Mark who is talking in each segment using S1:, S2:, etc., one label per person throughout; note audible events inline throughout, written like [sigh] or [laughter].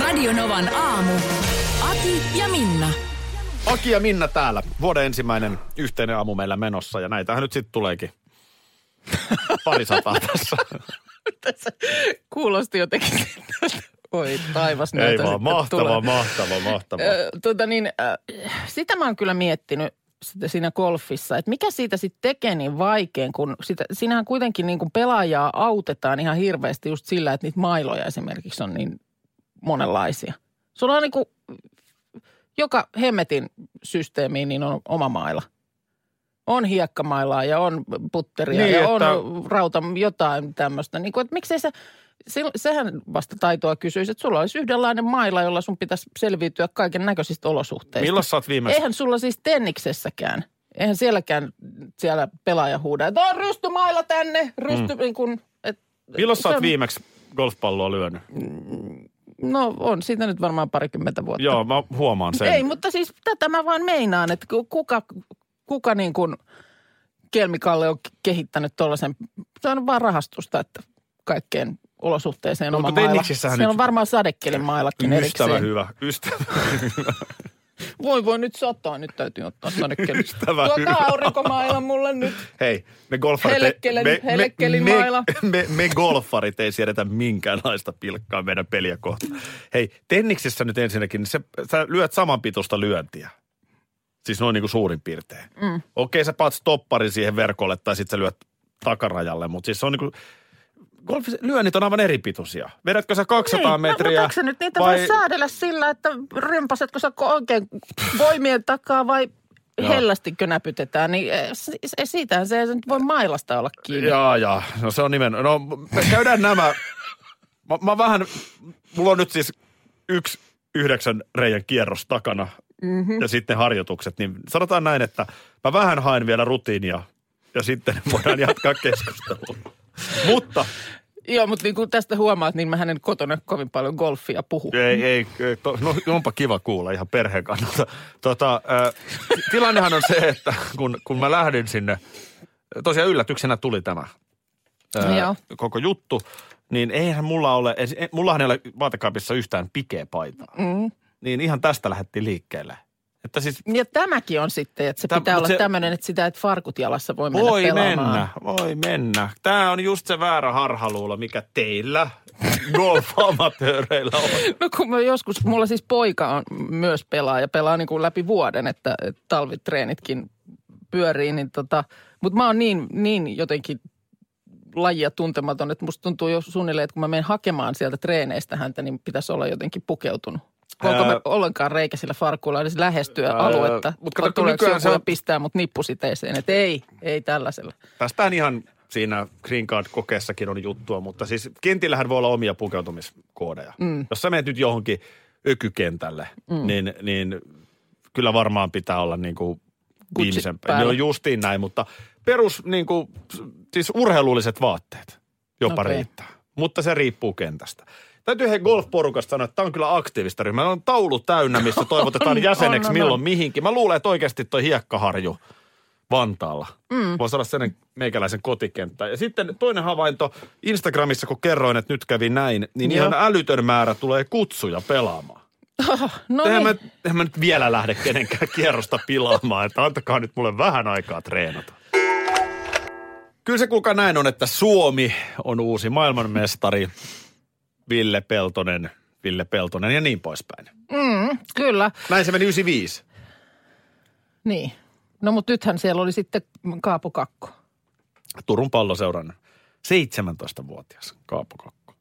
S1: Radionovan aamu. Ati ja Minna.
S2: Aki ja Minna täällä. Vuoden ensimmäinen yhteinen aamu meillä menossa ja näitähän nyt sitten
S3: [laughs]
S2: tuleekin. Pari sataa tässä.
S3: tässä [laughs] kuulosti jotenkin. Oi taivas näitä
S2: Ei
S3: sitten
S2: vaan, mahtavaa,
S3: tulee.
S2: mahtavaa, mahtavaa.
S3: Ö, Tota niin, ö, sitä mä oon kyllä miettinyt sitä siinä golfissa, että mikä siitä sitten tekee niin vaikean, kun sitä, sinähän kuitenkin niin kuin pelaajaa autetaan ihan hirveästi just sillä, että niitä mailoja esimerkiksi on niin monenlaisia. Sulla on niin kuin, joka hemmetin systeemiin niin on oma maila. On hiekkamailaa ja on putteria
S2: Niin,
S3: niin, ja
S2: että-
S3: että... on rauta jotain tämmöistä. Niin kuin, että miksei se, se- sehän vasta taitoa kysyisi, että sulla olisi yhdenlainen maila, jolla sun pitäisi selviytyä kaiken näköisistä olosuhteista.
S2: Milloin sä oot viimeksi?
S3: Eihän sulla siis tenniksessäkään. Eihän sielläkään siellä pelaaja huuda, että on rystymailla tänne, rysty, mm. niin kun, et,
S2: Milloin sä
S3: se
S2: oot
S3: on-
S2: viimeksi golfpalloa lyönyt?
S3: No on siitä nyt varmaan parikymmentä vuotta.
S2: Joo, mä huomaan sen.
S3: Ei, mutta siis tätä mä vaan meinaan, että ku- kuka, kuka niin kuin Kelmikalle on kehittänyt tuollaisen, se on vaan rahastusta, että kaikkeen olosuhteeseen
S2: No,
S3: oma
S2: mutta
S3: maila.
S2: tenniksessähän
S3: Siellä
S2: nyt-
S3: on varmaan sadekelin mailakin
S2: Ystävä
S3: erikseen.
S2: hyvä, ystävä.
S3: Voi voi nyt sataa, nyt täytyy ottaa sadekelin.
S2: [laughs] Ystävä
S3: Tuokaa
S2: hyvä.
S3: aurinkomaila mulle nyt.
S2: Hei, me golfarit, me,
S3: Hellekkele-
S2: me,
S3: hellekkelin maila.
S2: me, me, me golfarit ei siedetä minkäänlaista pilkkaa meidän peliä kohtaan. Hei, tenniksessä nyt ensinnäkin, se, sä lyöt samanpituista lyöntiä. Siis noin niin kuin suurin piirtein. Mm. Okei, sä paat stopparin siihen verkolle tai sitten sä lyöt takarajalle, mutta siis se on niin kuin, golfis, lyönnit on aivan eri pituisia. Vedätkö sä 200
S3: niin,
S2: metriä?
S3: No, mutta eikö nyt niitä vai... voi säädellä sillä, että rympasetko sä ko- oikein voimien takaa vai
S2: Joo.
S3: hellästikö näpytetään? Niin eh, si- si- siitähän se ei se nyt voi mailasta olla kiinni.
S2: Jaa, jaa. No se on nimen... No me käydään nämä... Mä, mä vähän... Mulla on nyt siis yksi yhdeksän reijän kierros takana mm-hmm. ja sitten harjoitukset. Niin sanotaan näin, että mä vähän haen vielä rutiinia ja sitten voidaan jatkaa keskustelua. Mutta
S3: Joo, mutta niin kuin tästä huomaat, niin mä hänen kotona kovin paljon golfia puhu.
S2: ei, ei, ei to, no, onpa kiva kuulla ihan perheen kannalta. Tota, ö, ti- tilannehan on se, että kun, kun mä lähdin sinne, tosiaan yllätyksenä tuli tämä
S3: Joo.
S2: koko juttu, niin eihän mulla ole, ei- ei- mullahan ei ole vaatekaapissa yhtään pikeä paitaa. Mm. Niin ihan tästä lähdettiin liikkeelle. Että siis
S3: Ja tämäkin on sitten, että se
S2: Täm-
S3: Täm, pitää
S2: mut
S3: olla
S2: se-
S3: se... tämmöinen, että sitä et farkut jalassa voi mennä
S2: voi
S3: pelaamaan.
S2: mennä, voi mennä. Tämä on just se väärä harhaluulo, mikä teillä [laughs] golf-amatööreillä on.
S3: No kun mä joskus, mulla siis poika on myös pelaa ja pelaa niin kuin läpi vuoden, että, että talvitreenitkin pyörii, niin tota, mutta mä oon niin, niin jotenkin lajia tuntematon, että musta tuntuu jo suunnilleen, että kun mä menen hakemaan sieltä treeneistä häntä, niin pitäisi olla jotenkin pukeutunut. Onko
S2: Ää-
S3: mä ollenkaan reikä sillä farkuilla edes lähestyä
S2: Ää,
S3: aluetta?
S2: mut kato,
S3: Vai
S2: kun
S3: tuleeko
S2: nykyään
S3: joku
S2: se
S3: ja
S2: on-
S3: pistää mut nippusiteeseen, että ei, ei tällaisella.
S2: Tästään ihan siinä Green Card-kokeessakin on juttua, mutta siis kentillähän voi olla omia pukeutumiskoodeja. Mm. Jos sä menet nyt johonkin ökykentälle, mm. niin, niin kyllä varmaan pitää olla niin kuin
S3: Gucci
S2: viimeisempää.
S3: päällä.
S2: Ne on justiin näin, mutta perus niin kuin, siis urheilulliset vaatteet jopa okay.
S3: Okei.
S2: riittää. Mutta se riippuu kentästä. Täytyy he golfporukasta sanoa, että tämä on kyllä aktiivista ryhmä. On taulu täynnä, missä toivotetaan
S3: [laughs] On,
S2: jäseneksi
S3: on, on,
S2: milloin
S3: on.
S2: mihinkin. Mä luulen, että oikeasti toi hiekkaharju Vantaalla. Mm. Voisi olla sellainen meikäläisen kotikenttä. Ja sitten toinen havainto Instagramissa, kun kerroin, että nyt kävi näin, niin Joo.
S3: Joo.
S2: ihan älytön määrä tulee kutsuja pelaamaan.
S3: No
S2: Eihän
S3: niin.
S2: mä, eihän mä nyt vielä lähde kenenkään kierrosta pilaamaan, että antakaa nyt mulle vähän aikaa treenata. Kyllä se kuka näin on, että Suomi on uusi maailmanmestari. Ville Peltonen, Ville Peltonen ja niin poispäin.
S3: Mm, kyllä.
S2: Näin se meni 95.
S3: Niin. No mutta nythän siellä oli sitten Kaapo Kakko.
S2: Turun palloseuran 17-vuotias Kaapo Kokko.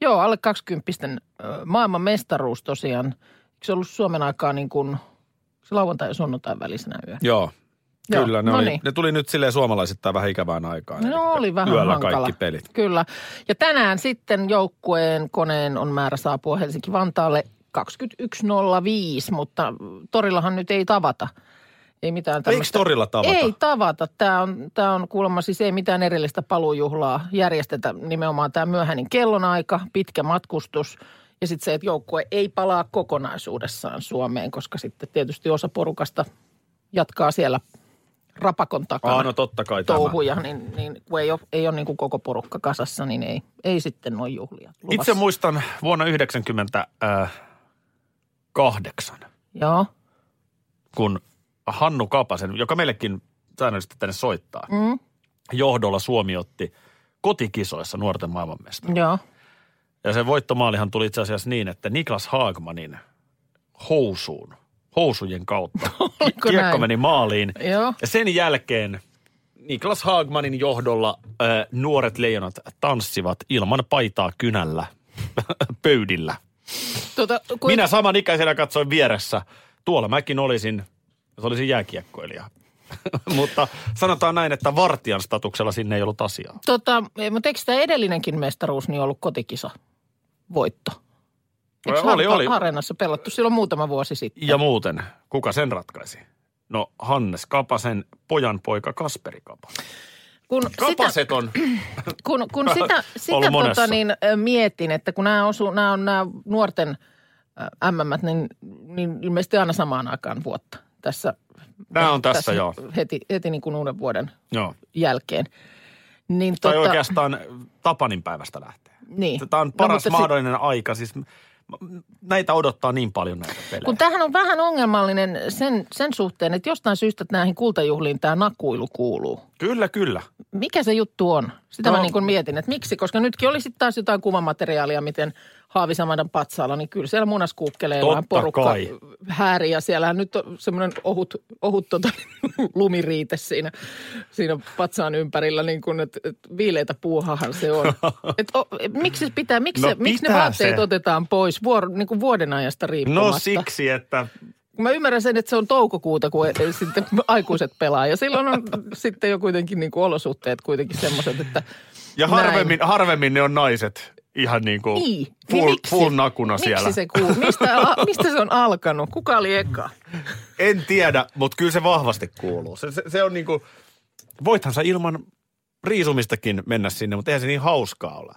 S3: Joo, alle 20 maailman mestaruus tosiaan. Eikö se ollut Suomen aikaa niin kuin se lauantai- ja sunnuntai välisenä yö?
S2: Joo.
S3: Joo,
S2: Kyllä, ne,
S3: no
S2: oli,
S3: niin.
S2: ne tuli nyt silleen suomalaisittain vähän ikävään aikaan.
S3: No oli vähän
S2: Yöllä
S3: hankala.
S2: kaikki pelit.
S3: Kyllä. Ja tänään sitten joukkueen koneen on määrä saapua Helsinki-Vantaalle 21.05, mutta torillahan nyt ei tavata. Ei mitään
S2: Eikö
S3: tämmöistä.
S2: torilla tavata?
S3: Ei tavata. Tämä on, tämä on kuulemma siis ei mitään erillistä paluujuhlaa järjestetä. Nimenomaan tämä myöhäinen kellonaika, pitkä matkustus ja sitten se, että joukkue ei palaa kokonaisuudessaan Suomeen, koska sitten tietysti osa porukasta jatkaa siellä rapakon takana
S2: Aa, no totta kai tämä.
S3: touhuja, niin, niin kun ei ole, ei ole niin kuin koko porukka kasassa, niin ei, ei sitten noin juhlia luvassa.
S2: Itse muistan vuonna äh, 1998,
S3: Joo,
S2: kun Hannu Kapasen, joka meillekin säännöllisesti tänne soittaa,
S3: mm,
S2: johdolla Suomi otti kotikisoissa nuorten maailmanmestaruuden.
S3: joo.
S2: Ja se voittomaalihan tuli itse asiassa niin, että Niklas Haagmanin housuun, housujen kautta
S3: [laughs] Oliko
S2: kiekko
S3: näin?
S2: meni maaliin.
S3: Joo.
S2: Ja sen jälkeen Niklas Haagmanin johdolla äh, nuoret leijonat tanssivat ilman paitaa kynällä [laughs] pöydillä.
S3: Tuota,
S2: Kuin... Minä samanikäisenä katsoin vieressä. Tuolla mäkin olisin, jos olisin jääkiekkoilija. [laughs] Mutta sanotaan näin, että vartijan statuksella sinne ei ollut asiaa.
S3: Tota, mutta eikö tämä edellinenkin mestaruus niin ollut kotikisa voitto? Eikö
S2: Oli,
S3: Harpa-
S2: oli.
S3: Areenassa pelattu silloin muutama vuosi sitten?
S2: Ja muuten, kuka sen ratkaisi? No Hannes Kapasen pojanpoika Kasperi Kapanen.
S3: Kun sitä,
S2: Kapaset on, [clears throat]
S3: kun,
S2: [laughs]
S3: kun sitä,
S2: Ollut
S3: sitä
S2: monessa.
S3: tota, niin, ö, mietin, että kun nämä, osu, nämä on nämä nuorten ö, MM, niin, niin ilmeisesti aina samaan aikaan vuotta tässä.
S2: Nää on tässä, joo.
S3: Heti, heti niin kuin uuden vuoden
S2: joo.
S3: jälkeen. Niin,
S2: Tai oikeastaan Tapanin päivästä lähtee.
S3: niin.
S2: Tämä on paras
S3: mutta
S2: no,
S3: se-
S2: mahdollinen aika. Siis m- m- näitä odottaa niin paljon näitä pelejä.
S3: Kun tämähän on vähän ongelmallinen sen, sen suhteen, että jostain syystä näihin kultajuhliin tämä nakuilu kuuluu.
S2: Kyllä, kyllä.
S3: Mikä se juttu on? Sitä no.
S2: No-
S3: mä niin kuin mietin, että miksi, koska nytkin oli sitten taas jotain kuvamateriaalia, miten Haavisamadan patsaalla, niin kyllä siellä munas kuukkelee vähän
S2: Totta
S3: porukka
S2: kai.
S3: hääri ja siellähän nyt on semmoinen ohut, ohut tota, [laughs] lumiriite siinä, siinä patsaan ympärillä, niin kuin, että, että viileitä puuhahan
S2: [laughs]
S3: se on. Et, o, et miksi se pitää, miksi,
S2: No
S3: se, miksi ne
S2: pitää
S3: vaatteet
S2: se.
S3: otetaan pois vuor, niin kuin vuoden ajasta riippumatta?
S2: No siksi, että
S3: Mä ymmärrän sen, että se on toukokuuta, kun e- e- sitten aikuiset pelaa. Ja silloin on sitten jo kuitenkin niin kuin olosuhteet kuitenkin semmoiset, että
S2: Ja
S3: Näin.
S2: harvemmin, harvemmin ne on naiset ihan niin kuin
S3: niin.
S2: full,
S3: niin miksi,
S2: full nakuna
S3: miksi
S2: siellä.
S3: Se kuul... mistä,
S2: [laughs]
S3: a- mistä se on alkanut? Kuka oli eka?
S2: En tiedä, mutta kyllä se vahvasti kuuluu. Se, se, se on niin kuin, voithan sä ilman riisumistakin mennä sinne, mutta eihän se niin hauskaa ole.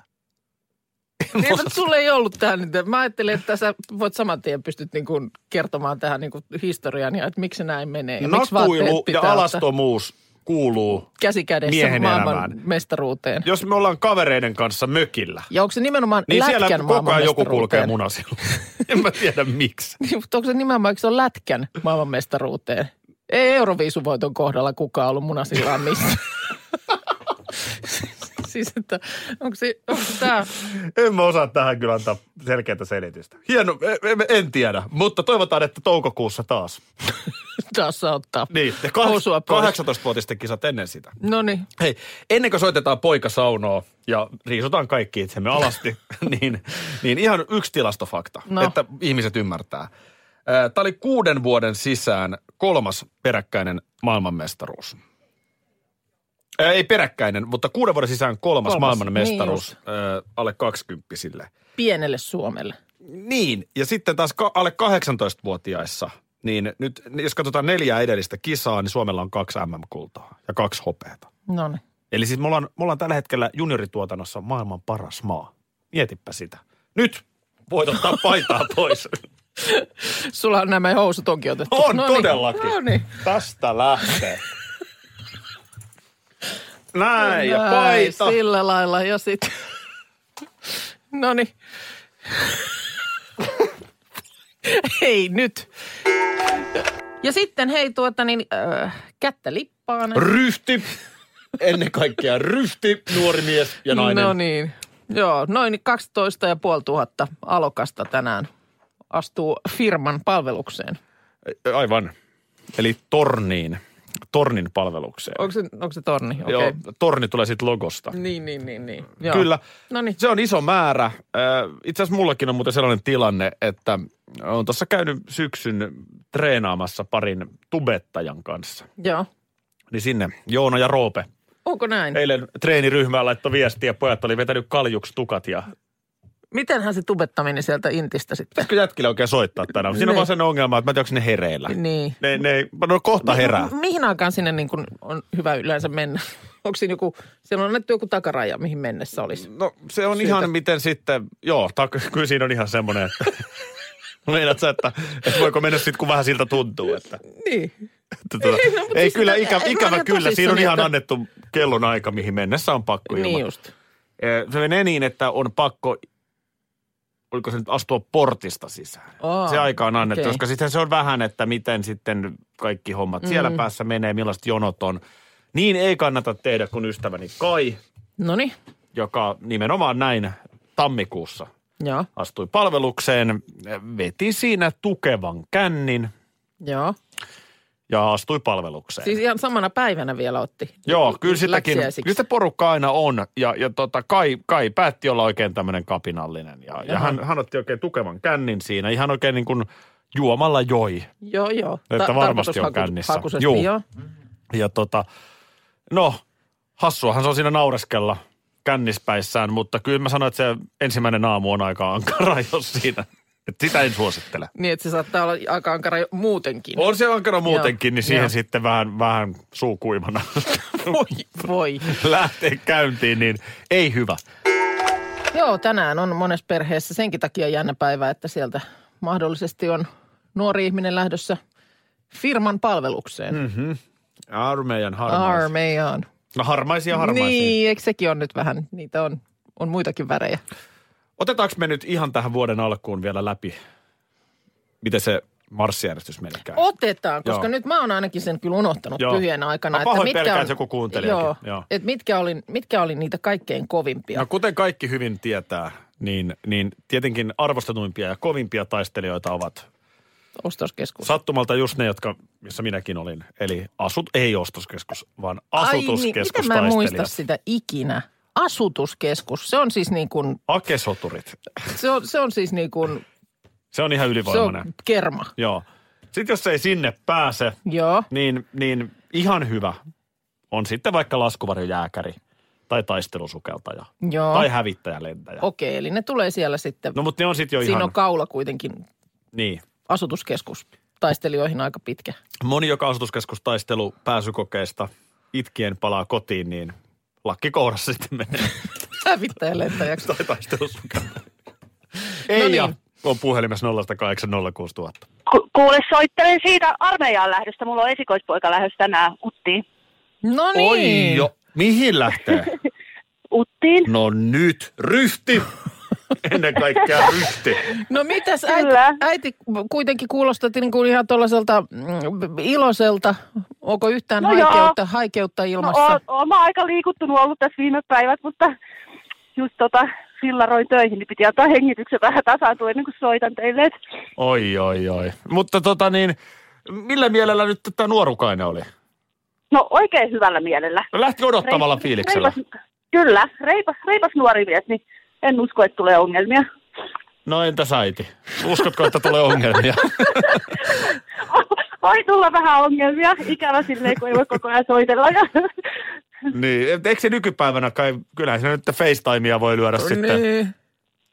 S3: Niin, mutta sulle ei ollut tähän nyt. Mä ajattelin, että sä voit saman tien pystyt niin kuin kertomaan tähän niin kuin historian ja että miksi se näin menee. Ja miksi
S2: Nakuilu
S3: vaatteet
S2: ja
S3: pitää ottaa
S2: alastomuus kuuluu,
S3: käsi kädessä
S2: miehen
S3: maailman
S2: elämään.
S3: mestaruuteen.
S2: jos me ollaan kavereiden kanssa mökillä.
S3: Ja onko se nimenomaan
S2: Niin
S3: lätkän
S2: siellä koko ajan joku kulkee
S3: maailmanmestaruuteen?
S2: munasilla. [laughs] en mä tiedä miksi.
S3: Niin, mutta onko se nimenomaan, eikö se ole lätkän maailmanmestaruuteen? Ei Euroviisuvoiton kohdalla kukaan ollut munasillaan missä. [laughs] siis, että onko se, onko tämä,
S2: En mä osaa tähän kyllä antaa selkeää selitystä. Hieno, en, en tiedä, mutta toivotaan, että toukokuussa taas.
S3: taas saa ottaa.
S2: Niin, ja
S3: Housua pois.
S2: 18-vuotisten kisat ennen sitä.
S3: No niin,
S2: Hei, ennen kuin soitetaan poika saunoa ja riisutaan kaikki itsemme alasti, [laughs] niin, niin ihan yksi tilastofakta, no.
S3: No.
S2: että ihmiset ymmärtää. Tämä oli kuuden vuoden sisään kolmas peräkkäinen maailmanmestaruus. Ää, Ei peräkkäinen, mutta kuuden vuoden sisään kolmas, kolmas.
S3: Kolmas, niin
S2: maailmanmestaruus ää, alle kaksikymppisille.
S3: pienelle Suomelle.
S2: Niin, ja sitten taas ka- alle 18-vuotiaissa, niin nyt jos katsotaan neljää edellistä kisaa, niin Suomella on kaksi MM-kultaa ja kaksi hopeata.
S3: No niin.
S2: Eli siis me ollaan, me ollaan tällä hetkellä juniorituotannossa maailman paras maa. Mietipä sitä. Nyt voit ottaa
S3: [laughs]
S2: paitaa pois.
S3: Sulla nämä housut onkin otettu.
S2: On
S3: no
S2: todellakin.
S3: Niin. No niin.
S2: Tästä lähtee. Näin, ja paita.
S3: Ai, Sillä lailla ja sitten. [laughs] no niin. [laughs] hei nyt. Ja sitten hei tuota niin, äh, kättä lippaan.
S2: Ryhti. Ennen kaikkea ryhti, nuori mies ja nainen.
S3: No niin. Joo, noin 12 ja puoli tuhatta alokasta tänään astuu firman palvelukseen.
S2: Aivan. Eli torniin. Tornin palvelukseen.
S3: Onko se, onko se torni? Okei.
S2: Joo, torni tulee sitten logosta.
S3: Niin, niin, niin, niin. Joo.
S2: Kyllä.
S3: No niin.
S2: Se on iso määrä. Ö, Itse asiassa mullakin on muuten sellainen tilanne, että on tuossa käynyt syksyn treenaamassa parin tubettajan kanssa.
S3: Joo.
S2: Niin sinne, Joona ja Roope.
S3: Onko näin?
S2: Eilen treeniryhmään laittoi viestiä, pojat oli vetänyt kaljuksi tukat ja...
S3: Mitenhän se tubettaminen sieltä intistä sitten?
S2: Pitäisikö jätkille oikein soittaa tänään? Siinä on
S3: Ne.
S2: vaan sen ongelma, että mä en tiedä, onko ne hereillä.
S3: Niin.
S2: Ne, ne, no kohta herää.
S3: Mi- Niin, mihin aikaan sinne niin kuin on hyvä yleensä mennä? [laughs] Onko siinä joku, siellä on annettu joku takaraja, mihin mennessä olisi?
S2: No se on ihan miten sitten, joo, tak- kyllä siinä on ihan semmoinen, että [laughs] meinaat sä, että, että voiko mennä sitten kun vähän siltä tuntuu, että,
S3: Niin.
S2: että tuota,
S3: Ei, no, mutta
S2: ei,
S3: siis
S2: kyllä,
S3: sitä-
S2: ikä,
S3: en mä
S2: ikävä
S3: ole
S2: kyllä, siinä on
S3: tosissani,
S2: ihan
S3: että-
S2: annettu kellon aika, mihin mennessä on pakko
S3: Niin
S2: ilmoittaa.
S3: just.
S2: Eh, Se menee niin, että on pakko, oliko se nyt astua portista sisään.
S3: Aa,
S2: se aika on annettu,
S3: okei.
S2: koska sitten se on vähän, että miten sitten kaikki hommat mm. siellä päässä menee, millaiset jonot on. Niin ei kannata tehdä kuin ystäväni Kai,
S3: Noniin,
S2: joka nimenomaan näin tammikuussa
S3: joo,
S2: astui palvelukseen, veti siinä tukevan kännin
S3: joo.
S2: ja astui palvelukseen.
S3: Siis ihan samana päivänä vielä otti.
S2: Joo, kyllä sitäkin,
S3: Läksiäisiksi.
S2: kyllä sitä porukka aina on. Ja, ja tota, kai, kai päätti olla oikein tämmöinen kapinallinen. Ja, ja hän, hän otti oikein tukevan kännin siinä. Ihan oikein niin kuin juomalla joi.
S3: Joo, joo.
S2: Että varmasti on
S3: tarkoitushaku-
S2: kännissä.
S3: hakuisesti,
S2: Juu.
S3: joo.
S2: Ja tota, no, hassuahan se on siinä naureskella kännispäissään, mutta kyllä mä sanoin, että se ensimmäinen aamu on aika ankara, [laughs] jos siinä. Et sitä en suosittele.
S3: Niin, että se saattaa olla aika ankara jo muutenkin.
S2: On se ankara muutenkin, niin siihen
S3: joo.
S2: sitten vähän, vähän suu kuivana
S3: Voi, voi.
S2: [laughs] lähtee käyntiin, niin ei hyvä.
S3: Joo, tänään on monessa perheessä senkin takia jännä päivä, että sieltä mahdollisesti on nuori ihminen lähdössä firman palvelukseen. Mm,
S2: Armeijan harmaisia.
S3: Armeijaan.
S2: No harmaisia harmaisia. Niin.
S3: Niin, eikö sekin on nyt vähän, niitä on, on muitakin värejä.
S2: Otetaanko me nyt ihan tähän vuoden alkuun vielä läpi, miten se marssijärjestys meillä käy?
S3: Otetaan, koska
S2: Joo.
S3: nyt mä oon ainakin sen kyllä unohtanut
S2: Joo.
S3: pyhien aikana.
S2: Mä pahoin pelkään, että joku kuunteleekin.
S3: Joo,
S2: Joo.
S3: että mitkä oli, mitkä oli niitä kaikkein kovimpia.
S2: No kuten kaikki hyvin tietää, niin, niin tietenkin arvostetuimpia ja kovimpia taistelijoita ovat
S3: ostoskeskus.
S2: sattumalta just ne, jotka, missä minäkin olin. Eli asut, ei ostoskeskus, vaan
S3: Ai niin, miten mä en muista
S2: asutuskeskustaistelijat.
S3: sitä ikinä. Asutuskeskus, se on siis niin kuin,
S2: Akesoturit.
S3: se on, se on siis niin kuin,
S2: Se on ihan
S3: se
S2: ylivoimainen.
S3: on kerma.
S2: Joo. Sitten jos ei sinne pääse,
S3: Joo,
S2: niin, niin ihan hyvä on sitten vaikka laskuvarjojääkäri tai taistelusukeltaja
S3: joo.
S2: tai hävittäjälentäjä.
S3: Okei, eli ne tulee siellä sitten,
S2: No mutta ne on sitten jo
S3: siinä
S2: ihan,
S3: on kaula kuitenkin,
S2: niin.
S3: asutuskeskus, taistelijoihin aika pitkä.
S2: Moni, joka asutuskeskustaistelu pääsykokeesta itkien palaa kotiin, niin lakki kohdassa sitten menee [laughs]
S3: Hävittäjä lentäjäksi.
S2: tai taistelusukeltaja. Ei
S3: No niin.
S2: ja on puhelimessa 0806000.
S4: Ku- Kuule, soittelen siitä armeijaan lähdöstä. Mulla on esikoispoika lähdössä tänään Uttiin.
S3: No niin.
S2: Oi jo, mihin lähtee?
S4: Uttiin?
S2: No nyt, ryhti! Ennen kaikkea ryhti.
S3: No mitäs äiti,
S4: Kyllä.
S3: äiti kuitenkin kuulostaa niin kuin ihan tuollaiselta mm, iloiselta. Onko yhtään
S4: No joo.
S3: haikeutta, haikeutta
S4: No,
S3: ilmassa?
S4: oon, oon mä aika liikuttunut ollut tässä viime päivät, mutta just tota fillaroin töihin, niin piti antaa hengityksen vähän tasaantua ennen kuin soitan teille. Et
S2: Oi, oi, oi. Mutta tota niin, millä mielellä nyt tämä nuorukainen oli? No
S4: No oikein hyvällä mielellä.
S2: Lähti odottamalla fiiliksellä.
S4: Reipas, kyllä, reipas, reipas nuori mies, niin en usko, että tulee ongelmia. [laughs]
S2: No entäs äiti? Uskotko, että tulee ongelmia?
S4: Voi tulla vähän ongelmia, ikävä silleen, kun ei voi koko ajan soitella. [laughs] Ja...
S2: [laughs] niin, et eikö se nykypäivänä kai, kyllähän se nyt FaceTimea voi lyödä No sitten.
S3: niin,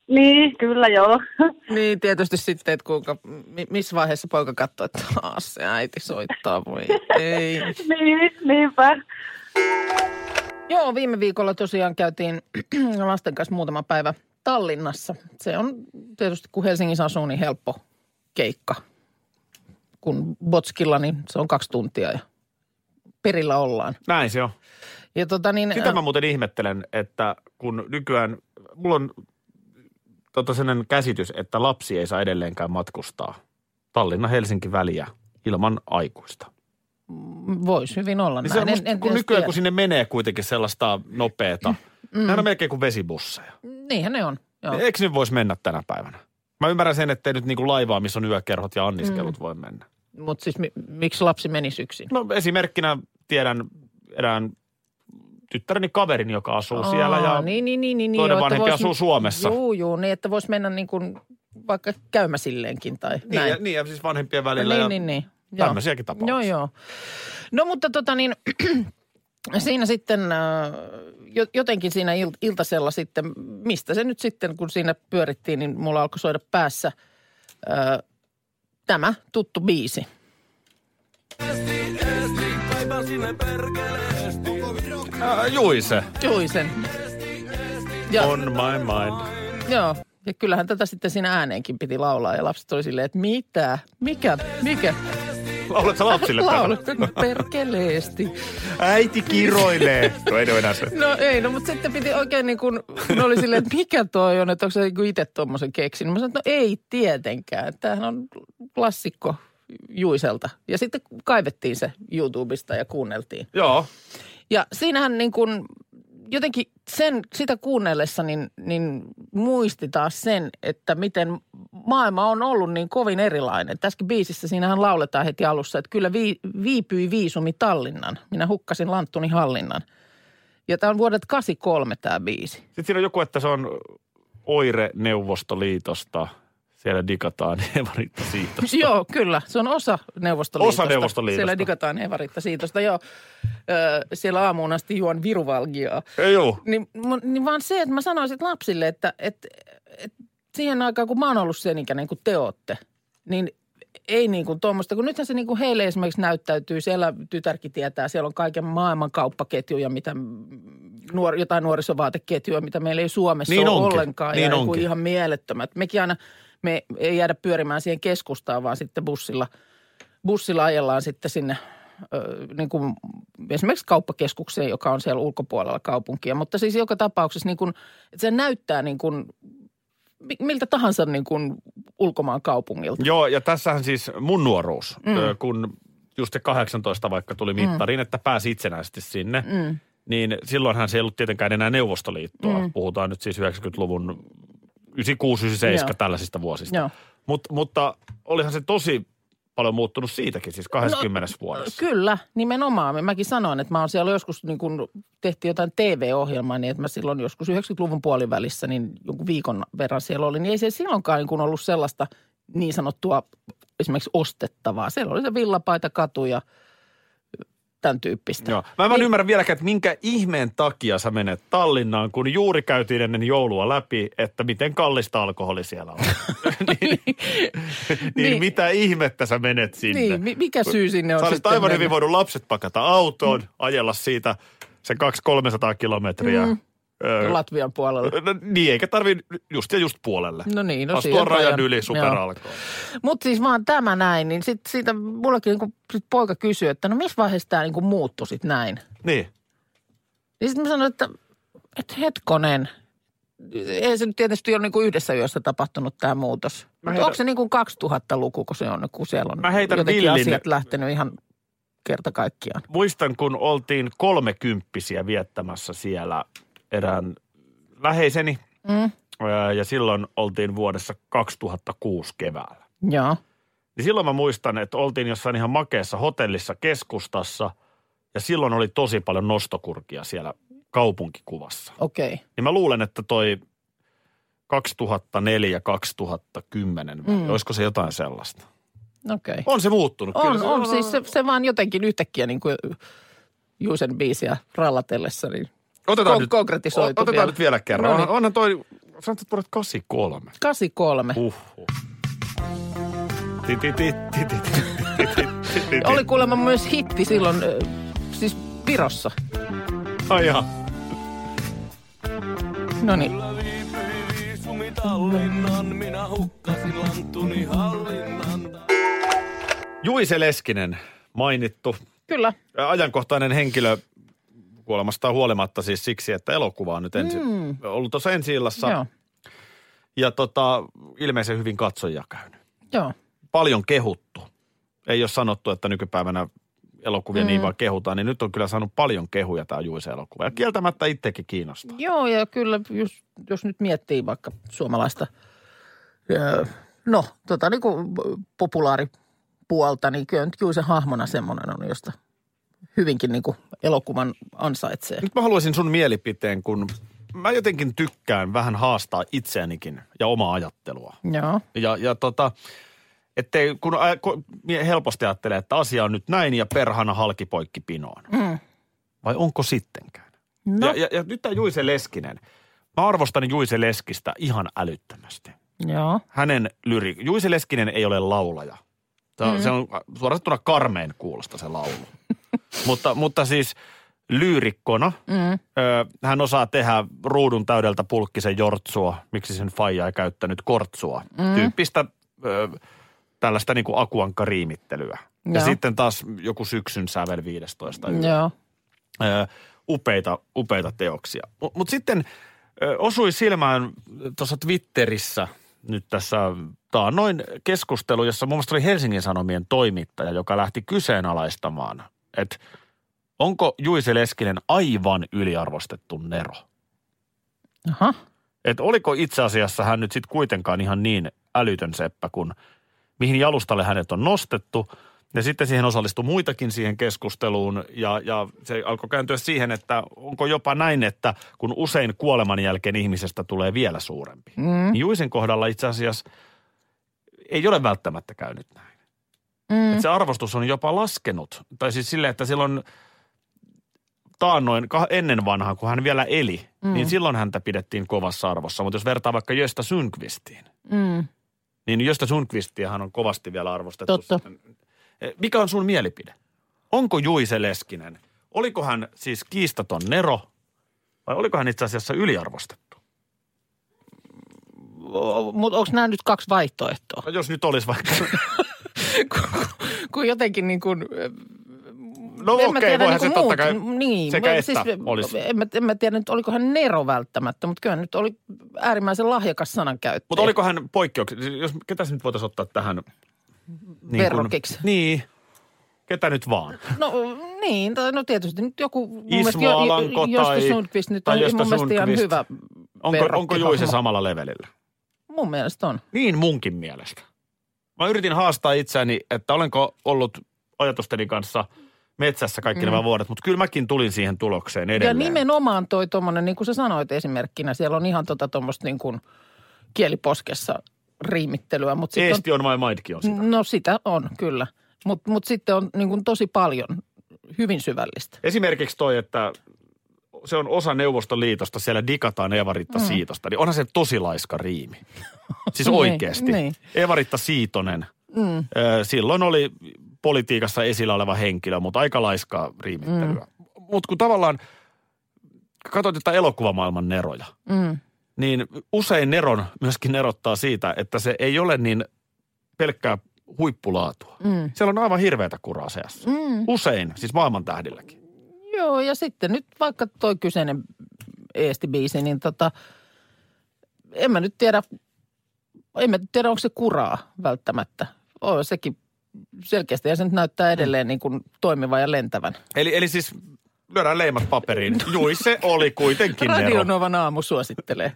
S4: niin, kyllä joo. [laughs]
S3: niin, tietysti sitten, että kuinka, mi- missä vaiheessa poika katsoo, että taas se äiti soittaa, voi ei.
S4: niin, niinpä.
S3: Joo, viime viikolla tosiaan käytiin [clears throat] lasten kanssa muutama päivä Tallinnassa. Se on tietysti, kun Helsingissä asuu, niin helppo keikka. Kun Botskilla, niin se on kaksi tuntia ja perillä ollaan.
S2: Näin se on.
S3: Ja tota niin,
S2: Sitä mä muuten ihmettelen, että kun nykyään, mulla on tota sellainen käsitys, että lapsi ei saa edelleenkään matkustaa Tallinna-Helsinki-väliä ilman aikuista.
S3: voisi äh, hyvin olla
S2: Niin se
S3: näin.
S2: on musta,
S3: En- en
S2: kun
S3: tietysti
S2: nykyään,
S3: tiedä.
S2: kun sinne menee kuitenkin sellaista nopeeta, mm. nämä on melkein kuin vesibusseja. Niin
S3: Niinhän ne on, joo.
S2: Eikö ne voisi mennä tänä päivänä? Mä ymmärrän sen, ettei nyt niinku laivaa, missä on yökerhot ja anniskelut
S3: Mm.
S2: voi mennä.
S3: Mutta siis mi- miksi lapsi menisi yksin?
S2: No esimerkkinä tiedän erään tyttäreni kaverin, joka asuu
S3: Aa,
S2: siellä ja
S3: niin, niin, niin, niin,
S2: toinen
S3: joo, että
S2: vanhempi
S3: vois-
S2: asuu Suomessa.
S3: Juu, juu, niin että voisi mennä niin kuin vaikka käymä silleenkin tai
S2: Niin,
S3: näin.
S2: ja, niin, ja siis vanhempien
S3: No
S2: välillä.
S3: niin,
S2: ja,
S3: niin, niin. Joo.
S2: Tämmöisiäkin tapauksia.
S3: Joo, joo. No mutta tota niin, [clears throat] siinä sitten, äh, jo- jotenkin siinä il- iltasella sitten, mistä se nyt sitten, kun siinä pyörittiin, niin mulla alkoi soida päässä äh, tämä tuttu biisi.
S2: Ää, juise.
S3: Juisen. Ja,
S2: On my mind.
S3: Joo. Ja kyllähän tätä sitten siinä ääneenkin piti laulaa ja lapset oli silleen, että mitä, mikä, mikä,
S2: Laulat sä lapsille
S3: laulut
S2: tätä?
S3: perkeleesti.
S2: Äiti
S3: [laughs]
S2: kiroilee. no ei ne ole enää se.
S3: No ei, no mutta sitten piti oikein niin kuin, ne oli silleen, että mikä toi on, että onko se niin itse tuommoisen keksinyt. Mä sanoin, että no ei tietenkään, tämähän on klassikko Juiselta. Ja sitten kaivettiin se YouTubesta ja kuunneltiin.
S2: Joo.
S3: Ja siinähän niin kuin jotenkin sen, sitä kuunnellessa niin, niin muisti taas sen, että miten maailma on ollut niin kovin erilainen. Tässäkin biisissä siinähän lauletaan heti alussa, että kyllä vii, viipyi viisumi Tallinnan. Minä hukkasin Lanttuni Hallinnan. Ja tämä on vuodet 83 tämä biisi.
S2: Sitten siinä on joku, että se on oire Neuvostoliitosta. Siellä [laughs] digataan Evaritta siitä.
S3: Joo, kyllä. Se on osa Neuvostoliitosta.
S2: Osa Neuvostoliitosta.
S3: Siellä digataan Evaritta Siitosta, joo. Öö, siellä aamuun asti juon viruvalgiaa.
S2: Joo.
S3: Niin, mun- niin vaan se, että mä sanoisin lapsille, että et, et siihen aikaan, kun mä oon ollut sen ikäinen kuin te ootte, niin ei niin kuin tuommoista, kun nythän se niin kuin heille esimerkiksi näyttäytyy. Siellä tytärkin tietää, siellä on kaiken maailman kauppaketjuja, mitä nuor, jotain nuorisovaateketjuja, mitä meillä ei Suomessa
S2: Niin
S3: ole
S2: onkin.
S3: ollenkaan.
S2: Niin
S3: ja joku
S2: onkin.
S3: ihan mielettömät. Mekin aina, me ei jäädä pyörimään siihen keskustaan, vaan sitten bussilla, bussilla ajellaan sitten sinne ö, niin kuin esimerkiksi kauppakeskukseen, joka on siellä ulkopuolella kaupunkia. Mutta siis joka tapauksessa niin kuin, että se näyttää niin kuin, mi- miltä tahansa niin kuin ulkomaan kaupungilta.
S2: Joo, ja tässähän siis mun nuoruus, mm. kun just se 18 vaikka tuli mittariin, mm. että pääsi itsenäisesti sinne, mm. niin silloinhan se ei ollut tietenkään enää Neuvostoliittoa. Mm. Puhutaan nyt siis 90-luvun 96-97
S3: Joo.
S2: tällaisista vuosista.
S3: Joo.
S2: Mut, mutta olihan se tosi paljon muuttunut siitäkin, siis 20 no, vuodessa.
S3: Kyllä, nimenomaan. Mäkin sanoin, että mä oon siellä joskus, niin kun tehtiin jotain TV-ohjelmaa, niin että mä silloin joskus 90-luvun puolivälissä, niin jonkun viikon verran siellä oli, niin ei se silloinkaan niin kun ollut sellaista niin sanottua esimerkiksi ostettavaa. Siellä oli se villapaita katu ja tämän tyyppistä.
S2: Joo. Mä en
S3: Niin.
S2: vaan ymmärrä vieläkään, että minkä ihmeen takia sä menet Tallinnaan, kun juuri käytiin ennen joulua läpi, että miten kallista alkoholi
S3: [laughs]
S2: siellä on. niin, niin,
S3: Niin.
S2: niin mitä ihmettä sä menet sinne?
S3: Niin, mi- mikä syy sinne on
S2: Sä olisit
S3: sitten
S2: aivan
S3: mennyt?
S2: hyvin voinut lapset pakata autoon, mm. ajella siitä se 200-300 kilometriä. Mm. Öö,
S3: Latvian puolella.
S2: no, niin, eikä tarvi just ja just puolelle.
S3: No niin, no
S2: Astua
S3: siihen
S2: rajan
S3: rajan-
S2: yli
S3: joo.
S2: superalkoon.
S3: Mutta siis vaan tämä näin, niin sit, siitä mullakin niinku, sit poika kysyi, että no missä vaiheessa tämä niinku muuttui sitten näin?
S2: Niin.
S3: Niin sitten mä sanoin, että, että hetkonen, ei se nyt tietysti ole niinku yhdessä yössä tapahtunut tämä muutos. Mutta
S2: heitän-
S3: onko se niinku 2000-luku, kun se on, kun siellä on
S2: Mä heitän
S3: jotenkin
S2: villin-
S3: asiat lähtenyt ihan kerta kaikkiaan?
S2: Muistan, kun oltiin kolmekymppisiä viettämässä siellä erään läheiseni.
S3: Mm.
S2: öö, Ja silloin oltiin vuodessa 2006 keväällä.
S3: Joo,
S2: Niin silloin mä muistan, että oltiin jossain ihan makeassa hotellissa keskustassa. Ja silloin oli tosi paljon nostokurkia siellä kaupunkikuvassa.
S3: okei. Okay.
S2: Niin mä luulen, että toi 2004-2010, mm. olisiko se jotain sellaista?
S3: Okei. Okay.
S2: On se muuttunut. kyllä
S3: On,
S2: se,
S3: on, siis se, se vaan jotenkin yhtäkkiä niin kuin Juusen biisiä rallatellessa, niin
S2: otetaan
S3: kon- konkretisoitu
S2: Otetaan
S3: vielä.
S2: nyt vielä kerran.
S3: No
S2: No
S3: niin.
S2: niin. Onhan toi, sanotaan, että vuodet 83.
S3: 83.
S2: Uhuh. Ti, ti, ti, ti, ti, ti, ti, ti, ti, ti.
S3: Oli kuulemma myös hitti silloin, ö, siis Virossa.
S2: Ai jaha.
S3: No niin,
S2: Juise Leskinen mainittu.
S3: kyllä.
S2: Ajankohtainen henkilö kuolemastaan huolimatta siis siksi, että elokuva on nyt ensi, mm. ollut tuossa ensi illassa.
S3: Joo,
S2: Ja tota, ilmeisen hyvin katsojia käynyt.
S3: joo.
S2: paljon kehuttu. Ei ole sanottu, että nykypäivänä elokuvia mm. niin vaan kehutaan, niin nyt on kyllä saanut paljon kehuja tämä Juise-elokuva. Ja kieltämättä itsekin kiinnostaa.
S3: Joo, ja kyllä, jos, jos nyt miettii vaikka suomalaista, ö, no, tota niin kuin populaaripuolta, niin kyllä nyt Juusen hahmona semmoinen on, josta hyvinkin niin kuin elokuvan ansaitsee.
S2: Nyt mä haluaisin sun mielipiteen, kun mä jotenkin tykkään vähän haastaa itseänikin ja omaa ajattelua.
S3: Joo,
S2: Ja, ja tota, ettei, kun, ä, kun mie- helposti ajattelee, että asia on nyt näin ja perhana halkipoikki pinoon.
S3: Mm.
S2: Vai onko sittenkään?
S3: No,
S2: Ja, ja, ja nyt tämä Juise Leskinen. Mä arvostan Juise Leskistä ihan älyttömästi.
S3: joo.
S2: Hänen lyri... Juise Leskinen ei ole laulaja. Se on, mm. se on suorattuna karmeen kuulosta se laulu. [laughs] mutta, mutta siis lyyrikkona
S3: Mm.
S2: Öö, hän osaa tehdä ruudun täydeltä pulkkisen jortsua, miksi sen faija ei käyttänyt kortsua, mm. tyyppistä öö, tällaista niin kuin akuankkariimittelyä. Ja
S3: Joo.
S2: sitten taas joku syksyn sävel 15. yö.
S3: Joo.
S2: Öö, upeita, upeita teoksia. Mutta mut sitten öö, osui silmään tuossa Twitterissä nyt tässä tämä on noin keskustelu, jossa mun mielestä oli Helsingin Sanomien toimittaja, joka lähti kyseenalaistamaan, että onko Juise Leskinen aivan yliarvostettu nero?
S3: Aha.
S2: Että oliko itse asiassa hän nyt sitten kuitenkaan ihan niin älytön seppä, kun mihin jalustalle hänet on nostettu. Ja sitten siihen osallistui muitakin siihen keskusteluun ja, ja se alkoi kääntyä siihen, että onko jopa näin, että kun usein kuoleman jälkeen ihmisestä tulee vielä suurempi. Mm.
S3: Mm-hmm.
S2: Niin Juisen kohdalla itse asiassa ei ole välttämättä käynyt näin.
S3: Mm.
S2: Että se arvostus on jopa laskenut. Tai siis silleen, että silloin taannoin kah- ennen vanhaa, kun hän vielä eli, mm. niin silloin häntä pidettiin kovassa arvossa. Mutta jos vertaa vaikka Jöstä Synkvistiin,
S3: Mm.
S2: niin Jöstä Synkvistiähän on kovasti vielä arvostettu.
S3: Totta.
S2: Sitten. Eh, Mikä on sun mielipide? Onko Juise Leskinen, oliko hän siis kiistaton nero vai oliko hän itse asiassa yliarvostettu?
S3: Mutta onko nämä nyt kaksi vaihtoehtoa?
S2: No jos nyt olisi vaikka...
S3: [laughs] Kun jotenkin niin kuin,
S2: No okei, okay,
S3: niinku
S2: voihan se totta kai
S3: niin,
S2: sekä
S3: siis,
S2: että olisi.
S3: En mä, en mä tiedä nyt, oliko hän Nero välttämättä, mutta kyllä nyt oli äärimmäisen lahjakas sanankäyttö.
S2: Mutta oliko hän poikkeuksellinen? Jos ketä se nyt voitaisiin ottaa tähän? Niin
S3: Verrokiksi.
S2: Niin. Ketä nyt vaan.
S3: No niin, tai no tietysti nyt joku... mun
S2: Ismo
S3: mielestä jo- jo-
S2: Alanko
S3: Josta
S2: tai-
S3: Sundqvist nyt
S2: tai
S3: on
S2: Josta
S3: mun mielestä ihan
S2: Sundqvist.
S3: hyvä
S2: Onko, onko
S3: verrokkihahmo.
S2: Juise samalla levelillä?
S3: Mun mielestä on.
S2: Niin munkin mielestä. Mä yritin haastaa itseäni, että olenko ollut ajatusteni kanssa metsässä kaikki mm. nämä vuodet, mutta kyllä mäkin tulin siihen tulokseen edelleen.
S3: Ja nimenomaan toi tuommoinen, niin kuin sä sanoit esimerkkinä, siellä on ihan tota tuommoista niin kuin kieliposkessa riimittelyä. Mutta sit
S2: Eesti on my mindkin on sitä.
S3: on, no sitä on, kyllä. Mutta mut sitten on niin kuin tosi paljon hyvin syvällistä.
S2: Esimerkiksi toi, että se on osa Neuvostoliitosta, siellä digataan Evaritta mm. Siitosta, niin onhan se tosi laiska [laughs] riimi. Siis
S3: Niin,
S2: oikeasti.
S3: niin.
S2: Evaritta Siitonen. Mm. Silloin oli politiikassa esillä oleva henkilö, mutta aika laiskaa riimittelyä. Mm. Mutta kun tavallaan katsot tätä elokuvamaailman neroja,
S3: Mm.
S2: niin usein Neron myöskin erottaa siitä, että se ei ole niin pelkkää huippulaatua. Mm. Siellä on aivan hirveätä kuraa seassa. Mm. Usein, siis maailman tähdilläkin.
S3: Joo, ja sitten nyt vaikka toi kyseinen Eesti-biisi, niin tota, en mä nyt tiedä, en mä tiedä, onko se kuraa välttämättä. On sekin selkeästi, ja se nyt näyttää edelleen niin kuin toimivan ja lentävän.
S2: Eli, eli siis lyödään leimat paperiin. Jui, se oli kuitenkin Nero.
S3: Radionovan aamu suosittelee.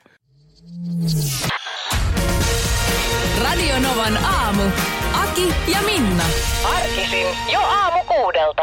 S1: Radionovan aamu. Aki ja Minna.
S5: Arkisin jo aamu kuudelta.